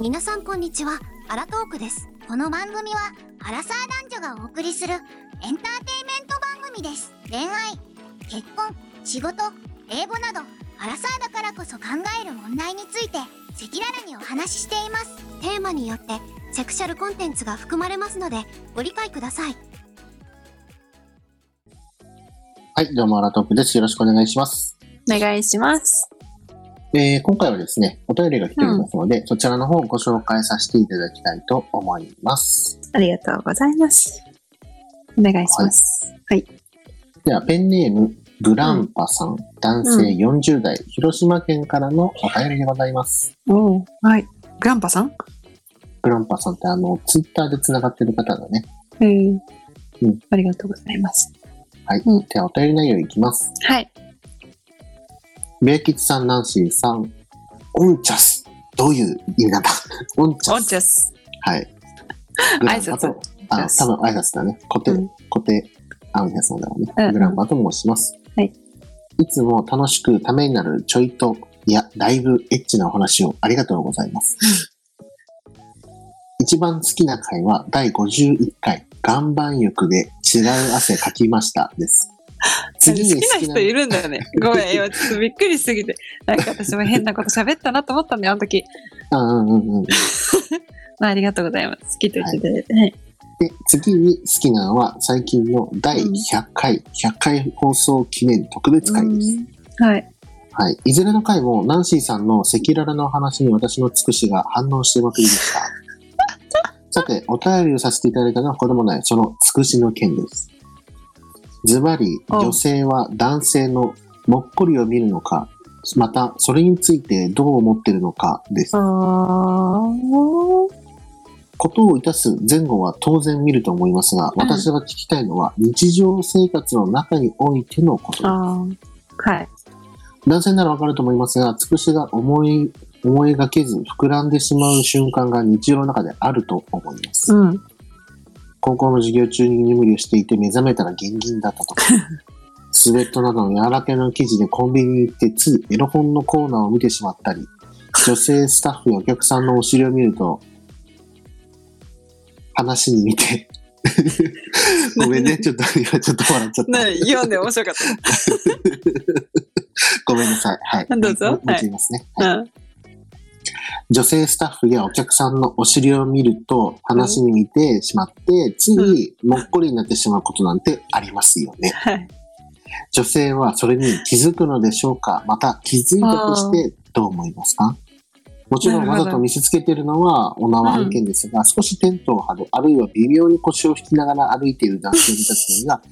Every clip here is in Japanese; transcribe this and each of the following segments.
皆さんこんにちはアラトークですこの番組はアラサー男女がお送りするエンターテインメント番組です恋愛結婚仕事英語などアラサーだからこそ考える問題について赤裸々にお話ししていますテーマによってセクシャルコンテンツが含まれますのでご理解くださいはい、どうも、アラトークです。よろしくお願いします。お願いします。えー今回はですね、お便りが来ておりますので、そちらの方をご紹介させていただきたいと思います。ありがとうございます。お願いします。はい。では、ペンネーム、グランパさん、男性40代、広島県からのお便りでございます。おお、はい。グランパさんグランパさんって、あの、ツイッターで繋がってる方だね。えー、うんありがとうございます。はい。うんでは、お便り内容いきます。はい。ベイキツさん、ナンシーさん、オンチャス。どういう意味なんだ オンチャオンス。チャス。はい。グランパ挨拶と、あ、多分挨拶だね。固定、うん固定挨拶なんだろうね。うんグランパと申します。はい。いつも楽しくためになるちょいと、いや、だいぶエッチなお話をありがとうございます。一番好きな回は第51回、岩盤浴で違う汗かきました です。好きな人いるんだよね。ごめん、今ちょっとびっくりしすぎて。なんか私も変なこと喋ったなと思ったんだよ、あの時。うんうんうんうん。まあ、ありがとうございます。好きと言っていただいて。はい。で、次に好きなのは最近の第100回、100回放送記念特別会です。うんはい。はい。いずれの回も、ナンシーさんの赤裸々なお話に私のつくしが反応してまくりで した。さて、お便りをさせていただいたのはこれもない、そのつくしの件です。ズバリ、うん女性は男性のもっこりを見るのか、また、それについてどう思ってるのかですあ。ーことをいたす前後は当然見ると思いますが、うん私が聞きたいのは、日常生活の中においてのことです。あー。はい。男性ならわかると思いますが、つくしが思い、思いがけず膨らんでしまう瞬間が日常の中であると思います。うん。高校の授業中に居眠りをしていて目覚めたらギンギンだったとか、 スウェットなどの柔らかな生地でコンビニに行ってついエロ本のコーナーを見てしまったり、女性スタッフやお客さんのお尻を見ると、話に見 て、ごめんね、ちょっと、今ちょっと笑っちゃった。ね読んで面白かっごめんなさい。はい。どうぞももう一度言いますね。はいた。うん。女性スタッフやお客さんのお尻を見ると話に見てしまって、ついもっこりになってしまうことなんてありますよね。はい。女性はそれに気づくのでしょうかまた気づいたとしてどう思いますかもちろんなわるほどざと見せつけてるのは女は案件ですが、少しテントを張る、あるいは微妙に腰を引きながら歩いている男性に立つのが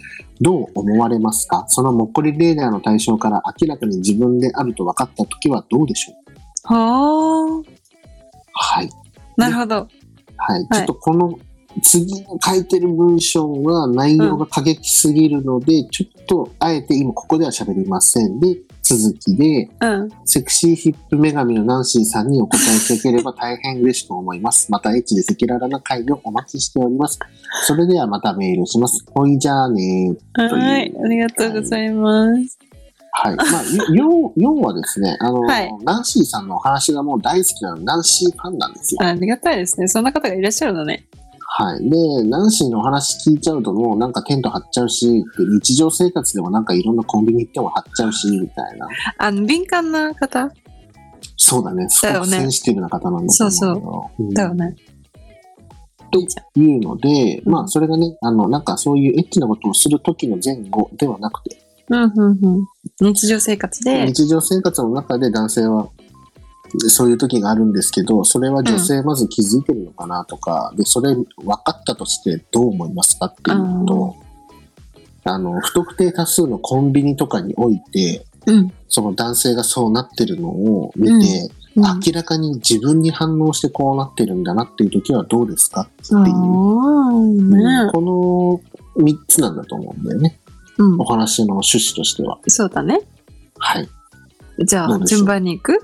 どう思われますかそのもっこりレーダーの対象から明らかに自分であると分かった時はどうでしょうはあ。はい。なるほど。はい、ちょっとこの次に書いてる文章は内容が過激すぎるので、ちょっとあえて今ここでは喋りませんで続きでうん。セクシーヒップ女神のナンシーさんにお答えしていければ大変嬉しく思いますまたエッチで赤裸々な回をお待ちしておりますそれではまたメールしますほいじゃあねーはい、ありがとうございます。はい。まあ、4, 四はですね、あの、はいナンシーさんのお話がもう大好きなナンシーファンなんですよ。ありがたいですね。そんな方がいらっしゃるのね。はい。で、ナンシーのお話聞いちゃうともうなんかテント張っちゃうし、日常生活でもなんかいろんなコンビニ行っても張っちゃうし、みたいな。あの、敏感な方そうだね。すだごよくねセンシティブな方なんだと思うだよんだね。といいじいうので、うんまあそれがね、あの、なんかそういうエッチなことをする時の前後ではなくて、うん、うん、うん。日常生活で。日常生活の中で男性は、そういう時があるんですけど、それは女性まず気づいてるのかなとか、で、それ分かったとしてどう思いますかっていうのと、あの、不特定多数のコンビニとかにおいて、うん。その男性がそうなってるのを見て、うん明らかに自分に反応してこうなってるんだなっていう時はどうですかってあいう、ーね。この3つなんだと思うんだよね。うんお。話の趣旨としては。そうだね。はい。じゃどあう、でしょう順番に行く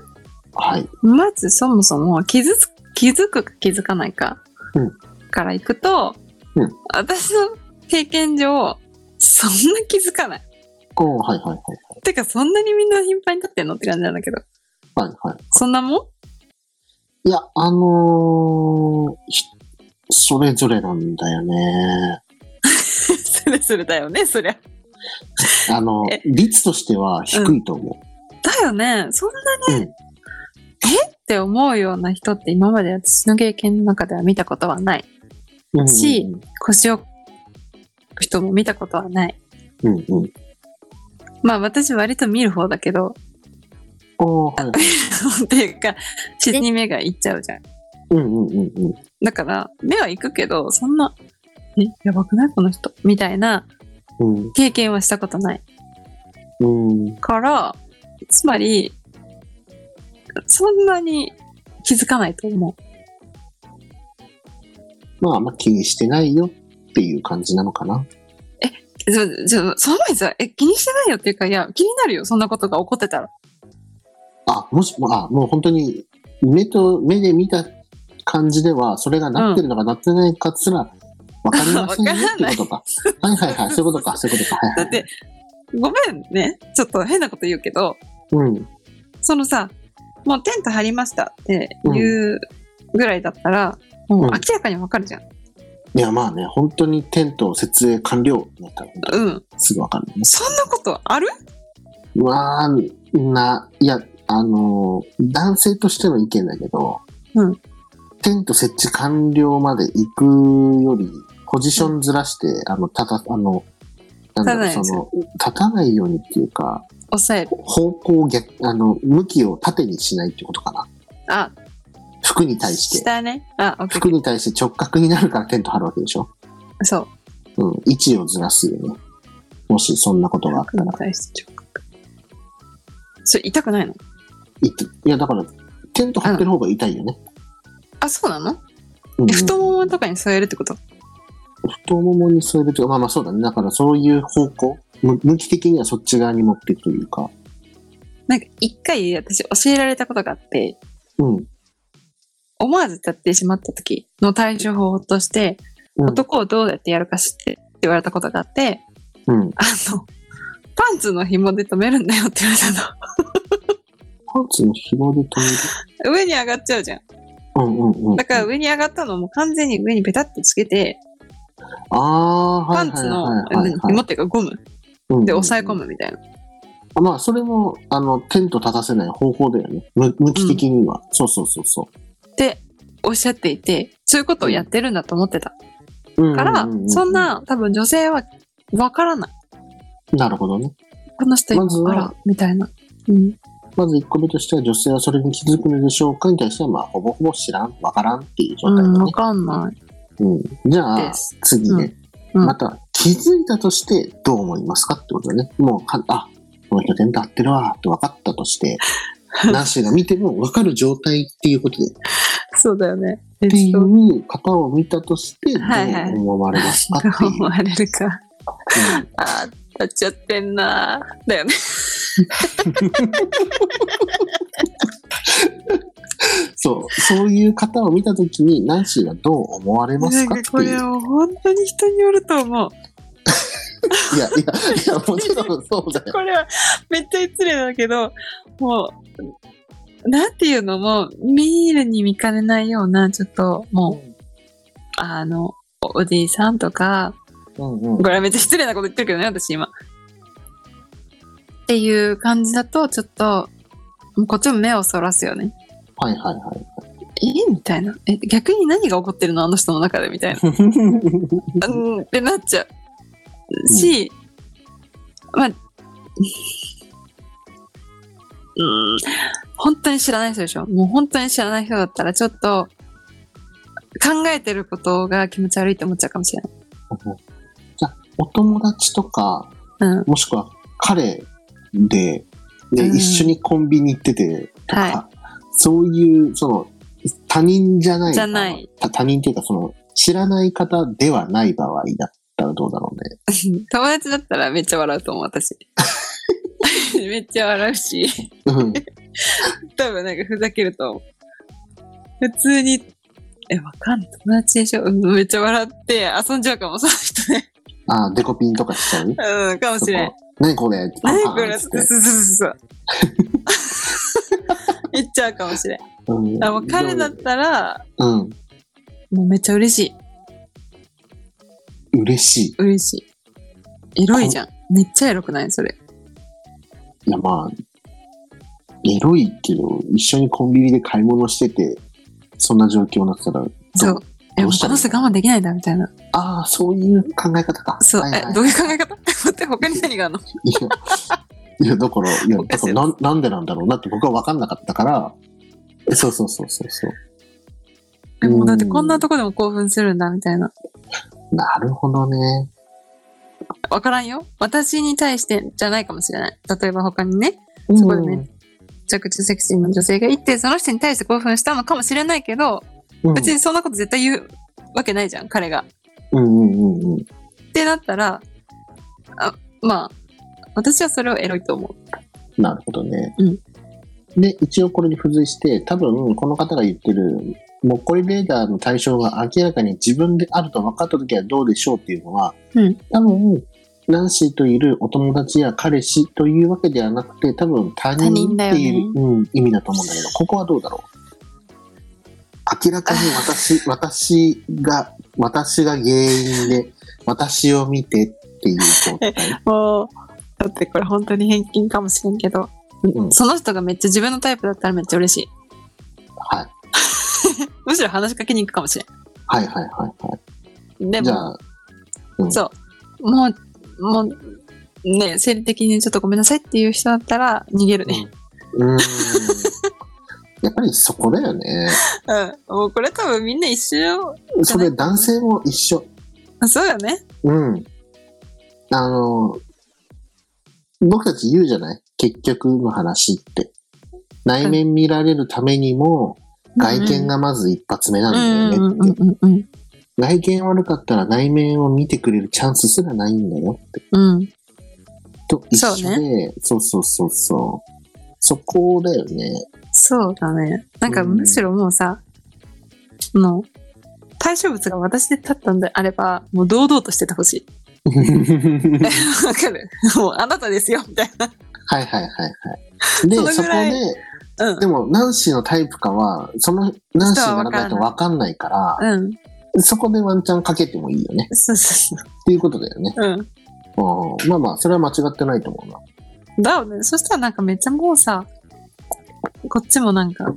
はい。まず、そもそも、気づく、気づくか気づかないかうん。から行くとうん、私の経験上、そんな気づかない。おーはいはいはい。てか、そんなにみんな頻繁に立ってんのって感じなんだけど。 はいはい。そんなもんいや、あのーひそれぞれなんだよね。それそれだよね、そりゃ。あの え、率としては低いと思だよね、そんなうね、んえって思うような人って今まで私の経験の中では見たことはない。う。うん、し腰を人も見たことはない。うんうん。うんうん。まあ私割と見る方だけど、 おーはいはい。っていうか、自然に目がいっちゃうじゃん。うんうんうんうん。だから、目は行くけど、そんな、え、やばくないこの人。みたいなうん経験はしたことない。うんから、つまり、そんなに気づかないと思う。まあ、あんま気にしてないよっていう感じなのかな。ちょ、ちょ、その前にさ、え、気にしてないよっていうか、いや、気になるよ。そんなことが起こってたら。あ、もし、あ、もう本当に、目と、目で見た感じでは、それがなってるのかなってないか すら、わかりませんよわかっんないてこと か。はいはいはい、そういうことか、そういうことか。はいだはっい。て、ごめんね。ちょっと変なこと言うけど、うん。そのさ、もうテント張りましたっていうぐらいだったら、もう明らかにわかるじゃん。いや、まあね、本当にテント設営完了だったら、うん。すぐわかるね。そんなことあるうわーな、いや、あのー男性としての意見だけど、うんテント設置完了まで行くより、ポジションずらして、あの、たた、あの、なんだろう、立たないその、立たないようにっていうか、抑える。方向を逆、あの、向きを縦にしないってことかな。あ、服に対して。下ね。あ、オッケ服に対して直角になるからテント張るわけでしょ。ー。そう。うん、位置をずらすよね。もしそんなことがあっ服たらに。対して直角。それ痛くないのいっていや、だから、テント張ってる方が痛いよね。あ、そうなの、うんえ太ももとかに添えるってこと太ももに添えるというか、まあまあそうだね。だからそういう方向、む向き的にはそっち側に持っていくというか。なんか一回私教えられたことがあって、うん。思わず立ってしまった時の対処法として、うん男をどうやってやるか知ってって言われたことがあって、うん。あの、パンツの紐で止めるんだよって言われたパンツの紐で止の。 上に上がっちゃうじゃん。める。うんうんうん。だから上に上がったのも完全に上にペタッとつけて、ああー、はパいンはツいのはいはい何紐っていうかゴムうんで押さえ込むみたいな。うんまあそれも、あの、テント立たせない方法だよね。む向き的には。そうそうそうそっておっしゃっていて、そういうことをやってるんだと思ってた。う。うんからううう、そん。な多分女性はわからない。なるほどね。この人まずはあら、みたいな。うん。まず1個目としては、女性はそれに気づくのでしょうかに対しては、まあ、ほぼほぼ知らん、わからんっていう状態だうん、ねわ。かんないうん。じゃあで、す。次ね、うんうんまた気づいたとしてどう思いますかってことだね。もうか、あ、この人テント合ってるわって分かったと して、ナンシーが見ても分かる状態っていうことで、っそうだよね。えていちょっとう方を見たとして、どはいはいう思われますかっていう。思 われるか。うんあー、立っちゃってんなー。だよね。そう、そういう方を見たときに、ナンシーがどう思われますかってこいう。いれや、いは本当に人によると思う。や、いや、もちろんそうだよ。これはめっちゃ失礼だけど、もう、なんていうのも、見るに見かねないような、ちょっと、もう、あの、おじいさんとか、うんうんこれはめっちゃ失礼なこと言ってるけどね、私今。っていう感じだと、ちょっと、もうこっちも目をそらすよね。はいはいはい。えみたいな。え、逆に何が起こってるのあの人の中でみたいな。うんってなっちゃうし、まあ、 うん、本当に知らない人でしょもう本当に知らない人だったらちょっと考えてることが気持ち悪いって思っちゃうかもしれない。じゃあ、お友達とか、 うん。もしくは彼で、で、うん一緒にコンビニ行っててとか、はそういう、その、他人じゃない。じゃないた。他人っていうか、その、知らない方ではない場合だったらどうだろうね。友達だったらめっちゃ笑うと思う、私。めっちゃ笑うし、うん。多分なんかふざけると思う。普通に、え、わかんない。友達でしょ、うん、めっちゃ笑って遊んじゃうかも、その人ね。ああ、デコピンとかしちゃううん、かもしれんそ。こ何これ何これパンパンっそつっうてそうそうそう。言っちゃうかもしれん。うん、あもう彼だったら、うん。もうめっちゃ嬉しい。嬉しい。嬉しい。エロいじゃん。めっちゃエロくないそれ。いや、まあ、エロいけど、一緒にコンビニで買い物してて、そんな状況になってたら、そう。え、どもううしたらこの人我慢できないんだ、みたいな。ああ、そういう考え方か。そう。はいはいえ、どういう考え方 待って、他に何があるのいや、いやだから、いや、おかだしかいらなんなんでなんだろうなって僕は分かんなかったから、えそうそうそうそうそう。えもうだってこんなとこでも興奮するんだ、みたいな。なるほどね。わからんよ。私に対してじゃないかもしれない。例えば他にね、そこでね、めちゃくちゃセクシーな女性がいて、その人に対して興奮したのかもしれないけど、うん。別にそんなこと絶対言うわけないじゃん、彼が。うんうんうんうん。ってなったら、あまあ、私はそれをエロいと思う。なるほどね。うんで、一応これに付随して、多分この方が言ってる、もっこりレーダーの対象が明らかに自分であると分かった時はどうでしょうっていうのは、うん多分、ナンシーといるお友達や彼氏というわけではなくて、多分他人っていう、他人うん、意味だと思うんだけど、ここはどうだろう明らかに 私、私が、私が原因で、私を見てっていう状態。もう、だってこれ本当に偏見かもしれんけど、うん、その人がめっちゃ自分のタイプだったらめっちゃ嬉しい。はい。むしろ話しかけに行くかもしれはいはいはいはい。ん。でじゃも、あ、もう、もう、ね、生理的にちょっとごめんなさいっていう人だったら逃げるね。うーんやっぱりそこだよ ね。うん。もうこれ多分みんな一緒。それ男性も一緒。あそうよね。うん。あの、僕たち言うじゃない結局の話って。内面見られるためにも、外見がまず一発目うなんんだうよんうねんって。うんうん外見悪かったら内面を見てくれるチャンスすらないんだよって。うん。うん。と一緒で、そう,、そうそうそう。そこだよ ね。そうだね。なんかうんむしろもうさ、もう、対象物が私で立ったんであれば、もう堂々としててほしい。わかるもうあなたですよ、みたいな。はいはいはい はい。で、そのそぐこらいで、うんで。も、ナンシーのタイプかは、その、ナンシーがないと分かんないから、うん。そこでワンチャンかけてもいいよね。そうそうそっていうことだよね。う。うん。うんまあまあ、それは間違ってないと思うな。だよね。そしたらなんかめっちゃもうさ、こっちもなんか、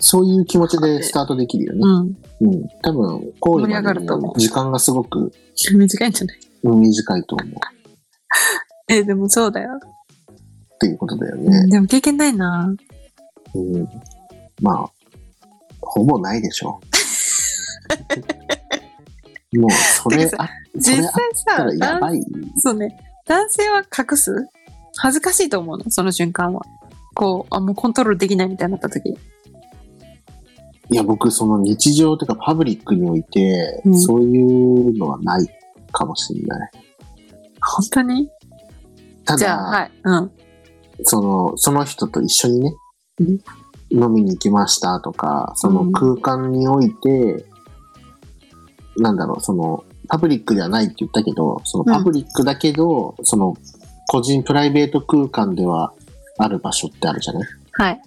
そういう気持ちでスタートできるよね。うん。 うん。多分、こう盛り上がると思う時間がすごく短いんじゃないうん短いと思う。え、でもそうだよ。っていうことだようんね。でも経験ないなうん。まあ、ほぼないでし ょう。もう、それてあっそ実れ際あたさら、やば男い。そうね。男性は隠す恥ずかしいと思うの、その瞬間は。こう、あ、もうコントロールできないみたいになった時。いや、僕、その日常というかパブリックにおいて、うんそういうのはないかもしれない。本当にたじゃあ、はだ、い。うん。その、その人と一緒にね、うん飲みに行きましたとか、そうのん空間において、なんだろう、その、パブリックではないって言ったけど、そのうんパブリックだけど、その、個人プライベート空間ではある場所ってあるじゃないはい。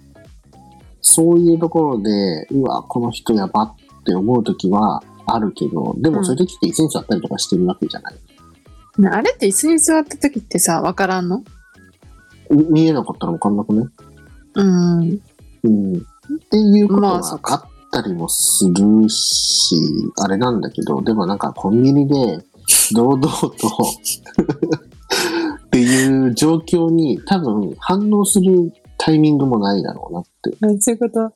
そういうところで、うわ、この人やばって思うときはあるけど、でうんもそういうときって椅子に座ったりとかしてるわけじゃない。ねあれって椅子に座った時ってさ、わからんのみ見えなかったら分かんなくね。うん。うん。っていうことまがあそっあったりもするし、あれなんだけど、でもなんかコンビニで堂々とっていう状況に多分反応するタイミングもないだろうなって。あそういうこと。う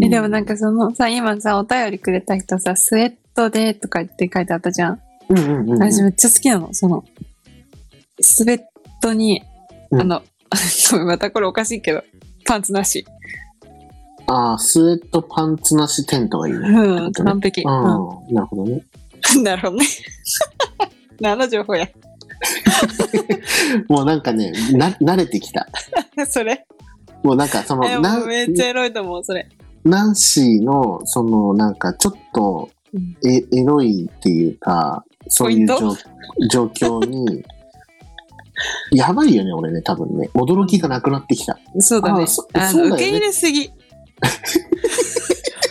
え、でもなん、かそのさ、今さ、お便りくれた人さ、スウェットでとかって書いてあったじゃん。うんうんうん、私めっちゃ好きなの、その、スウェットに、うんあの、 またこれおかしいけど、パンツなし。ああ、スウェットパンツなしテントがいいね。うん、完璧。ううん、なるほどね。ん、 なるほどね。何の情報や。 もうなんかね、な慣れてきた。それ。もうなんかその、えなんもうめっちゃエロいと思う、それ。ナンシーの、そのなんかちょっとうんえ、エロいっていうか、そういうポイ状状況に、 やばいよね、俺ね、多分ね。驚きがなくなってきた。そうだね。あそあそうだよのね受け入れすぎ。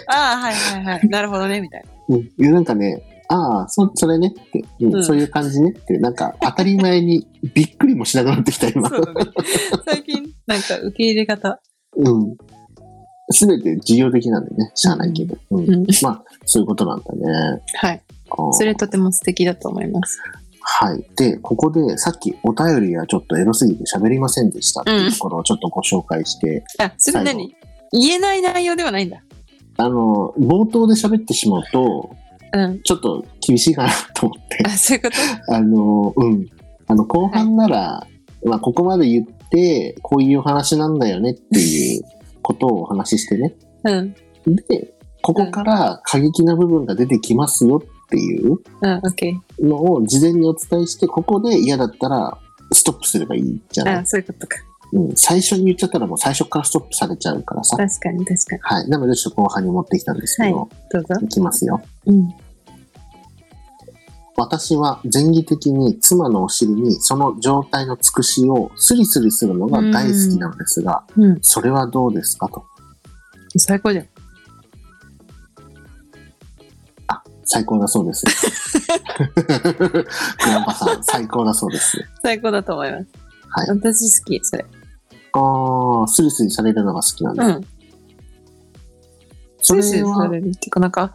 ああ、はいはいはい。なるほどね、みたいな。う ん、いやなんかね、ああ、そそれねって、うんうんそういう感じねって、なんか当たり前にびっくりもしなくなってきた、今。そうだね。最近、なんか受け入れ方。 うん。すべて事業的なんでね、しゃあないけど。うんうん。まあ、そういうことなんだね。はい。あーそれとても素敵だと思います。はい。で、ここでさっきお便りはちょっとエロすぎて喋りませんでしたっていうところをちょっとご紹介して、あ、それ何言えない内容ではないんだ。あの、冒頭で喋ってしまうと、うん。ちょっと厳しいかなと思って あ、、そういうことあの、うん。あの、後半なら、まあ、ここまで言って、こういうお話なんだよねっていうことをお話ししてね。うん。で、ここから過激な部分が出てきますよっていううん、オッケのを事前にお伝えして、ここで嫌だったら、ストップすればいいじゃー。ないあ、そういうことか。うん、最初に言っちゃったらもう最初からストップされちゃうからさ。確かに、確かに。はい。なのでちょっと後半に持ってきたんですけど、はどうぞ。い、きますよ。うん。私は前儀的に妻のお尻にその状態のつくしをスリスリするのが大好きなのですが、うん。それはどうですかと。最高じゃん。最高だそう です。グランパさん、最高だそうです。最高だと思います。はい私好き、それ。ああ、スリスリされるのが好きなんうだ。ん。それはスイスイされるっていうか、なんか、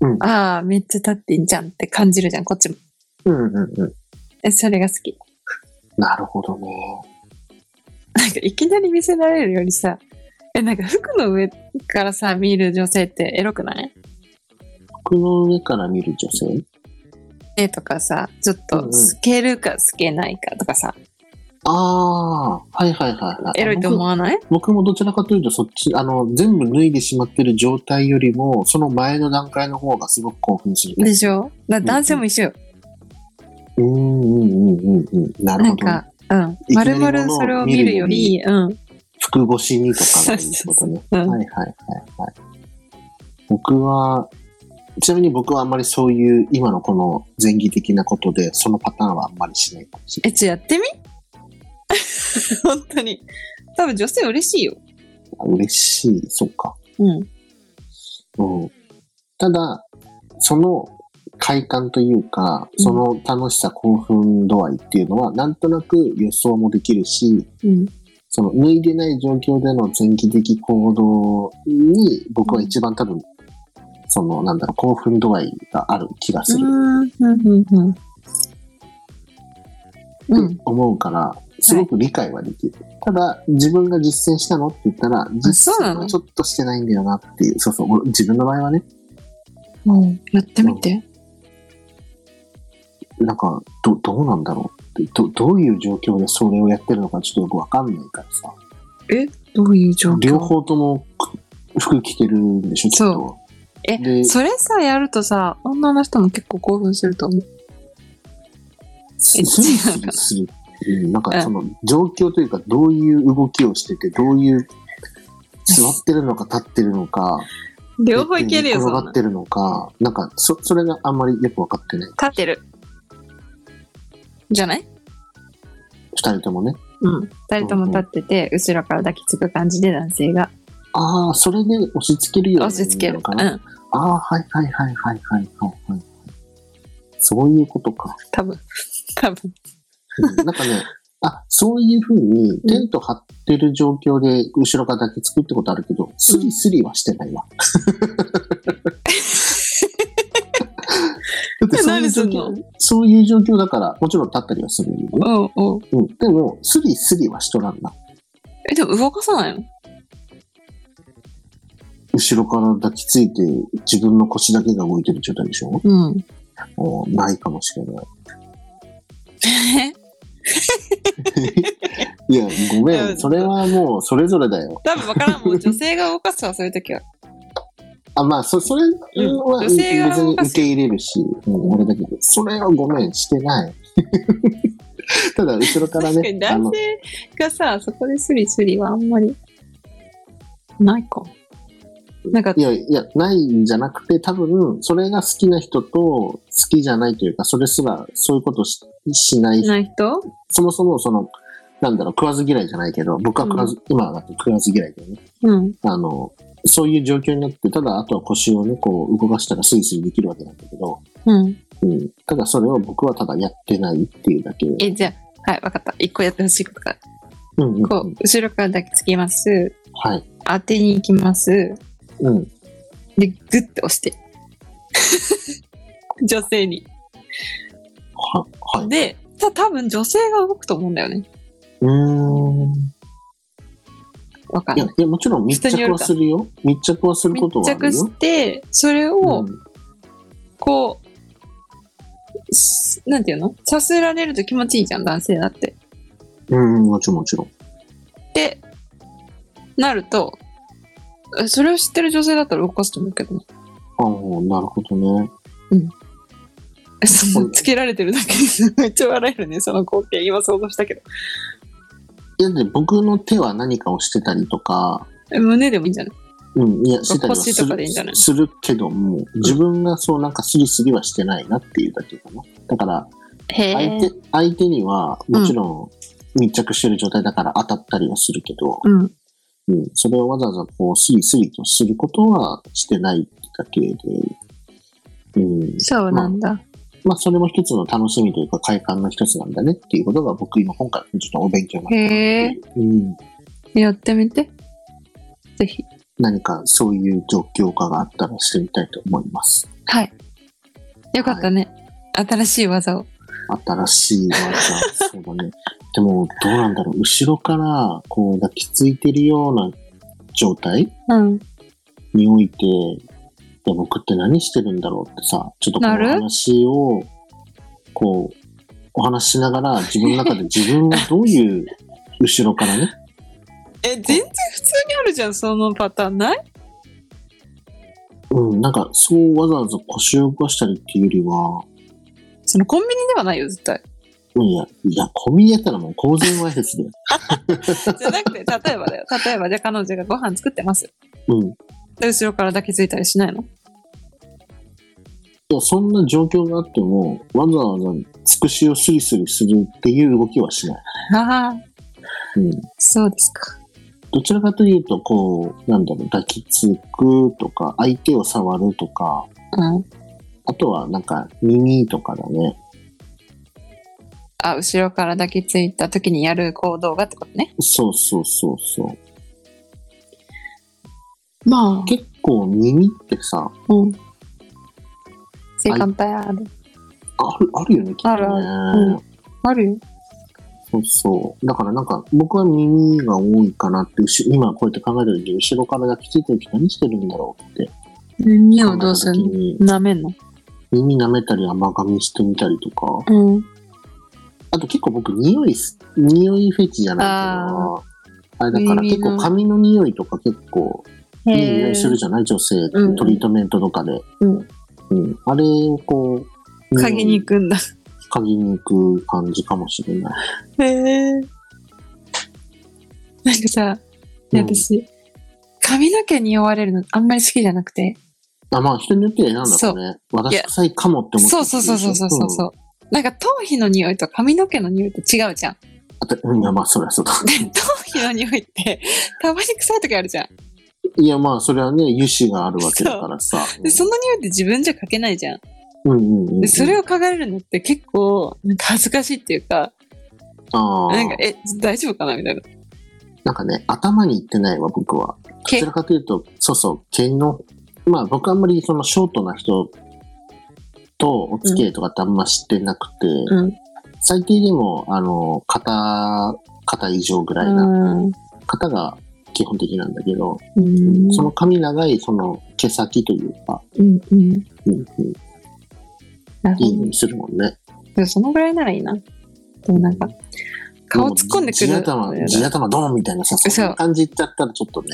うんああ、めっちゃ立ってんじゃんって感じるじゃん、こっちも。うんうんうん。えそれが好き。 なるほどね。なんかいきなり見せられるよりさ、え、なんか服の上からさ、見る女性ってエロくない服の上から見る女性絵とかさ、ちょっうんうとん透けるか透けないかとかさ、ああ、はいはいはいはい。エロいと思わない僕もどちらかというと、そっち、あの、全部脱いでしまってる状態よりも、その前の段階の方がすごく興奮する。でしょだ男性も一緒よ。うんうんうんうんうん。なるなほんど。か、うん。いきな丸りものを々それを見るより、うん。服越しにとかがいいってことね。うはいん。はいはいはい。僕は、ちなみに僕はあんまりそういう、今のこの前儀的なことで、そのパターンはあんまりしないかもしれえ、ちょ、やってみ 本当に。多分女性嬉しいよ。ない。嬉しい、そうか。うん。うん。ただ、その快感というか、その楽しさ、興奮度合いっていうのは、なんとなく予想もできるし、うん。その脱いでない状況での前期的行動に、僕は一番多分、その、なんだろう、興奮度合いがある気がする。うん、うん、うん。うっんて。思うから、すごく理解はできる。ただ、自分が実践したのって言ったら、実そうな践のはちょっとしてないんだよなっていう、そうそう、自分の場合はね、うん。やってみて。なんか、ど、どうなんだろうってど、どういう状況でそれをやってるのかちょっとよくわかんないからさ、どういう状況両方とも服着てるんでしょ、きっと。えで、それさ、やるとさ、女の人も結構興奮すると思う。スえリ違スうかリする。うんなんうんかその状況というか、どういう動きをしてて、どういう、座ってるのか立ってるのか、 両方いけるよ、そ転んがなってるのか、なんか、そ、それがあんまりよく分かってない。立ってる。じゃない二人ともね。うん。二人とも立ってて、後ろから抱きつく感じで男性がああ、それで押し付けるよう押にし付なけるのかかな。ら。うん。ああ、はいはいはいはいはいはいはい。そういうこと か。多分。多分。うんなんかね、あ、そういうふうにテント張ってる状況で後ろから抱きつくってことあるけど、スリスリはしてない わ。だってそういう状何すん況、そういう状況だから、もちろん立ったりはするよね。うんうん。うん。でも、スリスリはしとらんな。え、でも動かさないの後ろから抱きついて、自分の腰だけが動いてる状態でしょうん。もうないかもしれない。えいや、ごいめやん。それはもう、それぞれだよ。 多分分からんもん。女性が動かすわ、そういう時は。あ、まあ、そ、それは女別性がに動か受すよけ入れるし、うん、俺だけど、それはごめん、してない。 ただ、後ろから確かにね、あ男の、性がさ、そこでスリスリはあんまりないか。なんかい、や、いや、ないんじゃなくて、多分、それが好きな人と、好きじゃないというか、それすら、そういうことししない人ない人そもそもその、なんだろう、食わず嫌いじゃないけど、僕は食わず、今はだって食わず嫌いだよね。うん。あの、そういう状況になって、ただあとは腰をね、こう動かしたらスイスイできるわけなんだけど、うん。うん。ただそれを僕はただやってないっていうだけ。え、じゃあ、はい、わかった。一個やってほしいことがある。うんうん、こう、後ろから抱きつきます。はい。当てに行きます。うん。で、グッて押して。 女性に。は、はい。で、た多分女性が動くと思うんだよね。うーん。わかんいや、ないい。や、もちろん密人によ着るはかするよ。密着はすること密はあるよ。着して、それうをん、こう、すなんていうのさすられると気持ちいいじゃん、男性だって。うん、うん、もちろんもちろん。ってなると、えそれを知ってる女性だったら動かすと思うけどね。ああ、なるほどね。そのつけられてるだけです。 めっちゃ笑えるね、その光景。今想像したけど。いや、で、僕の手は何かをしてたりとか、え胸でもいいんじゃないうん、いや、してたりはす腰とかでいいんじゃなるいするけども、自分がそうなんかスリスリはしてないなっていうだけかな。だから、へ相え。手、相手には、もちろん密着してる状態だから当たったりはするけど、うん。うん、それをわざわざこう、スリスリとすることはしてないだけで、うん、そうなんだ。まあ、それも一つの楽しみというか、快感の一つなんだねっていうことが、僕、今、今回、ちょっとお勉強になった。へえ。うん。やってみて。ぜひ。何か、そういう状況下があったらしてみたいと思います。はい。よかったね。新しい技を。新しい技、そうだね。 でも、どうなんだろう。後ろから、こう、抱きついてるような状態うん。において、いや僕って何してるんだろうってさ、ちょっとこのなる話を、こう、お話ししながら、自分の 中で自分がどういう、後ろからね、え、全然普通にあるじゃん、そのパターン。ないうん、なんか、そうわざわざ腰を動かしたりっていうよりは、そのコンビニではないよ、絶対。うんいや、いや、コンビニやったらもう公然わいせつだよ。じゃなくて、例えばだよ。例えば、じゃあ彼女がご飯作ってます。うん。いで、後ろから抱きついたりしないのや、そんな状況があっても、わざわざつくしをスリスリするっていう動きはしない。ああ、うん。そうですか。どちらかというと、こう、なんだろう、抱きつくとか、相手を触るとか、うん。あとはなんか耳とかだね。あ、後ろから抱きついた時にやる行動がってことね。そうそうそうそう。ま結構耳ってさ、あ、うん。性感帯ある。ある、あるよね、きっとね。あるあるうんあるよ。そうそう。だからなんか、僕は耳が多いかなって、うし今こうやって考えた時に、後ろから抱きついてる時何してるんだろうって。耳今をどうするのに、舐めんの耳舐めたり甘噛みしてみたりとか。うん。あと結構僕、匂いす、匂いフェチじゃないけど、あれだから耳結の構髪の匂いとか結構、いい匂いするじゃない女性って、うんトリートメントとかで。うん。うん。あれをこう、嗅ぎに行くんだ。嗅ぎに行く感じかもしれない。へえ。なんかさ、ねうん私、髪の毛に追われるのあんまり好きじゃなくて。あ、まあ人によって選んだろうね。い私や臭いかもって思ってそうそうそうそうそうそうそう。なんか頭皮の匂いと髪の毛の匂いって違うじゃん。あとうん、いやまあ、そりゃそうだ。 で、 頭皮の匂いって、たまに臭い時あるじゃん。いや、まあ、それはね、油脂があるわけだからさ。 で、その匂いって自分じゃかけないじゃん。うんうんうんうん。で、それを嗅がれるのって結構、なんか恥ずかしいっていうか、ああ。なんか、え、大丈夫かなみたいな。なんかね、頭にいってないわ、僕は。ど毛ちらかというと、そうそう、毛の、まあ、僕あんまりそのショートな人とお付き合いとかってあんま知ってなくて、うん。最低でも、あの、肩、肩以上ぐらいな、うん。肩が基本的なんだけど、うん。その髪長い、その毛先というか、うん。うん。うんうん、なるいいほ匂どいするもんね。でもそのぐらいならいいな。でもなんか、顔突っ込んでく地る。頭、地頭ドンみたいなさ、そんな感じいっちゃったらちょっとね、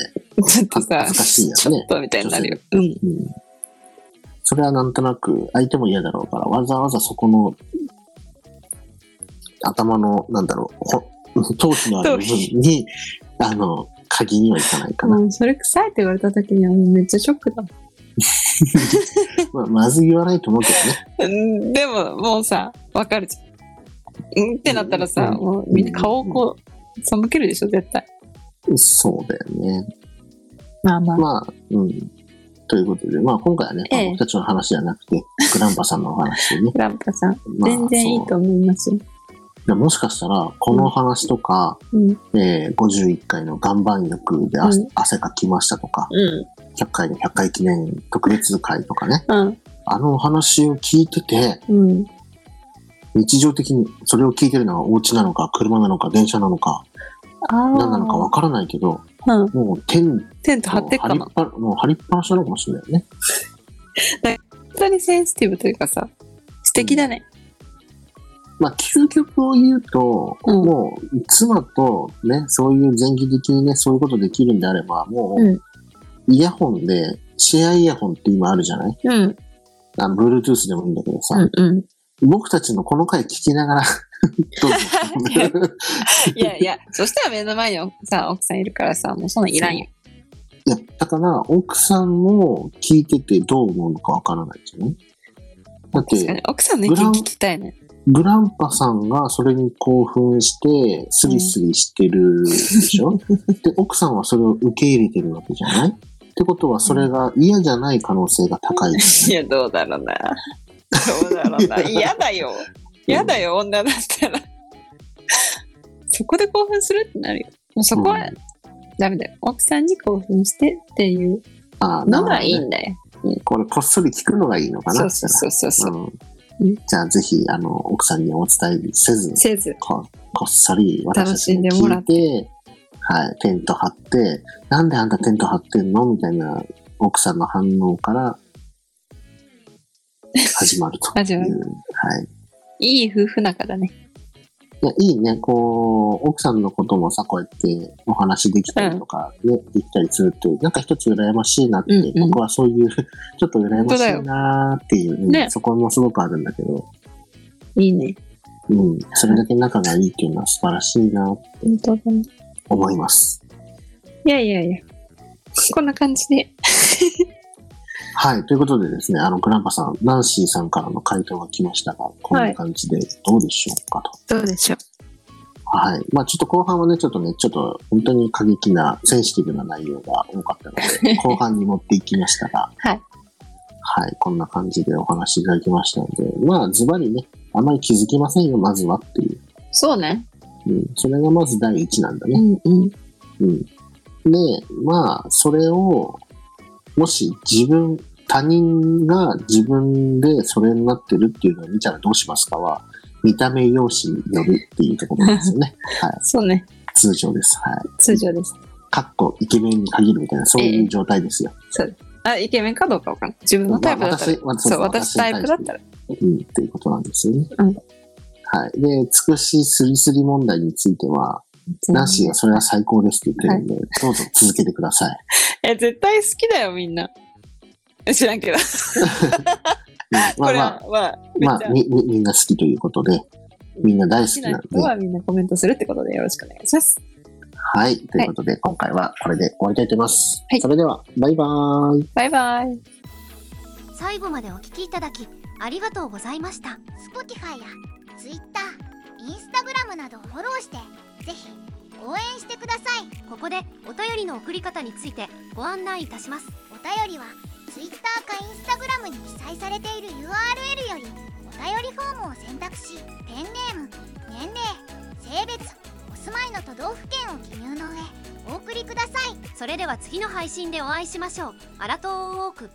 ちょっとさ、恥ずかしいやつねちょっとみたいになるよ。うん。うん。それはなんとなく、相手も嫌だろうから、わざわざそこの、頭の、なんだろう、ほ 頭皮のある部分に、あの、鍵にはいかないかな。うん、それ臭いって言われた時にはもうめっちゃショックだ。まあ、まず言わないと思うけどね。うんでももうさ、わかるじゃん。うんってなったらさ、うんも うみんな顔をこう、背けるでしょ、絶対。そうだよね。まあまあ。まあ、うん。ということで、まあ今回はね、ええ。僕たちの話じゃなくて、グランパさんのお話でね グランパさん、まあ全然いいと思いますよ。そうでもしかしたら、この話とか、うん。うん。えー51回の岩盤浴で汗,、うん汗かきましたとか、100回の100回記念特別会とかね、うん。あのお話を聞いてて、うん。日常的にそれを聞いてるのはお家なのか、車なのか、電車なのか、ああ。何なのかわからないけど、うん。もうテンテントト張をってっか張りなっ。ぱもう張りっぱなしなのかもしれないよね。本当にセンシティブというかさ、素敵だね。まあ、究極を言うと、うんもう、妻とね、そういう前期的にね、そういうことできるんであれば、もう、うんイヤホンで、シェアイヤホンって今あるじゃないうん。あの、Bluetooth でもいいんだけどさ、うんうん。僕たちのこの回聞きながら、どうぞ いやいや、そしたら目の前にさ、奥さんいるからさ、もうそんなんいらんよ。いや、だから、奥さんも聞いててどう思うのかわからないじゃないだっ確かにて、。奥さんの意見グラン聞きたいね。グランパさんがそれに興奮して、スリスリしてるでし ょ、で、奥さんはそれを受け入れてるわけじゃないってことは、それが嫌じゃない可能性が高い。いや、どうだろうな。どうだろう な。嫌だよ。嫌だよ、女だったら。そこで興奮するってなるよ。もうそこうはんダメだよ。奥さんに興奮してっていうああのがいいなるほどねんだよ。これ、こっそり聞くのがいいのかなそうそうそうそうそう。うんうんじゃあ、ぜひ、あの、奥さんにお伝えせず、せず。ここっそり私たちに楽しんでもら聞っいて、はい、テント張って、なんであんたテント張ってんのみたいな奥さんの反応から始まると 始まるうんはい。いい夫婦仲だね。いや、いいね。こう、奥さんのこともさ、こうやってお話できたりとか、ね、できたりするって、なんか一つ羨ましいなって、うんうん僕はそう いう、ちょっと羨まし本当いだなーっていう、うんねそこもすごくあるんだけど、いいね。うん、それだけ仲がいいっていうのは素晴らしいなと本当だね。思います。いやいやいや。こんな感じで。はい。ということでですね、あの、グランパさん、ナンシーさんからの回答が来ましたが、こんな感じでどうでしょうかと。どうでしょう。はい。まあ、ちょっと後半はね、ちょっとね、ちょっと本当に過激な、センシティブな内容が多かったの で、後半に持っていきましたが、はい。はい。こんな感じでお話しいただきましたので、まあ、ズバリね、あまり気づきませんよ、まずはっていう。そうね。うん。それがまず第一なんだね。んうん。うん。で、まあ、それを、もし自分、他人が自分でそれになってるっていうのを見たらどうしますかは、見た目容姿によるっていうところなんですよね。 はい。そうね。通常です。はい。通常です。かっこイケメンに限るみたいな、そういう状態ですよ。あ、イケメンかどうかわかんない。自分のタイプだったら。まあ私そう、私私タイプだったら。うん、っていうことなんですよね。うんはい。で、つくしすりすり問題については、ナンシーはそれは最高ですって言ってるんで、どうぞ続けてください。え、絶対好きだよ、みんな。知らんけど。うんまこあれまはあ、、まあ、めっまちあゃ、み、み、みんな好きということで、みんな大好好ききなんなで。人はみんなコメントするってことでよろしくお願いします。はい。ということで、今回はこれで終わりたいと思います。はいそれでは、バイバーイ。バイバイ。最後までお聞きいただきありがとうございました Spotify や Twitter、Instagram などをフォローしてぜひ応援してくださいここでお便りの送り方についてご案内いたしますお便りは Twitter か Instagram に記載されている URL よりお便りフォームを選択しペンネーム、年齢、性別、お住まいの都道府県を記入の上お送りくださいそれでは次の配信でお会いしましょうアラトーウォーク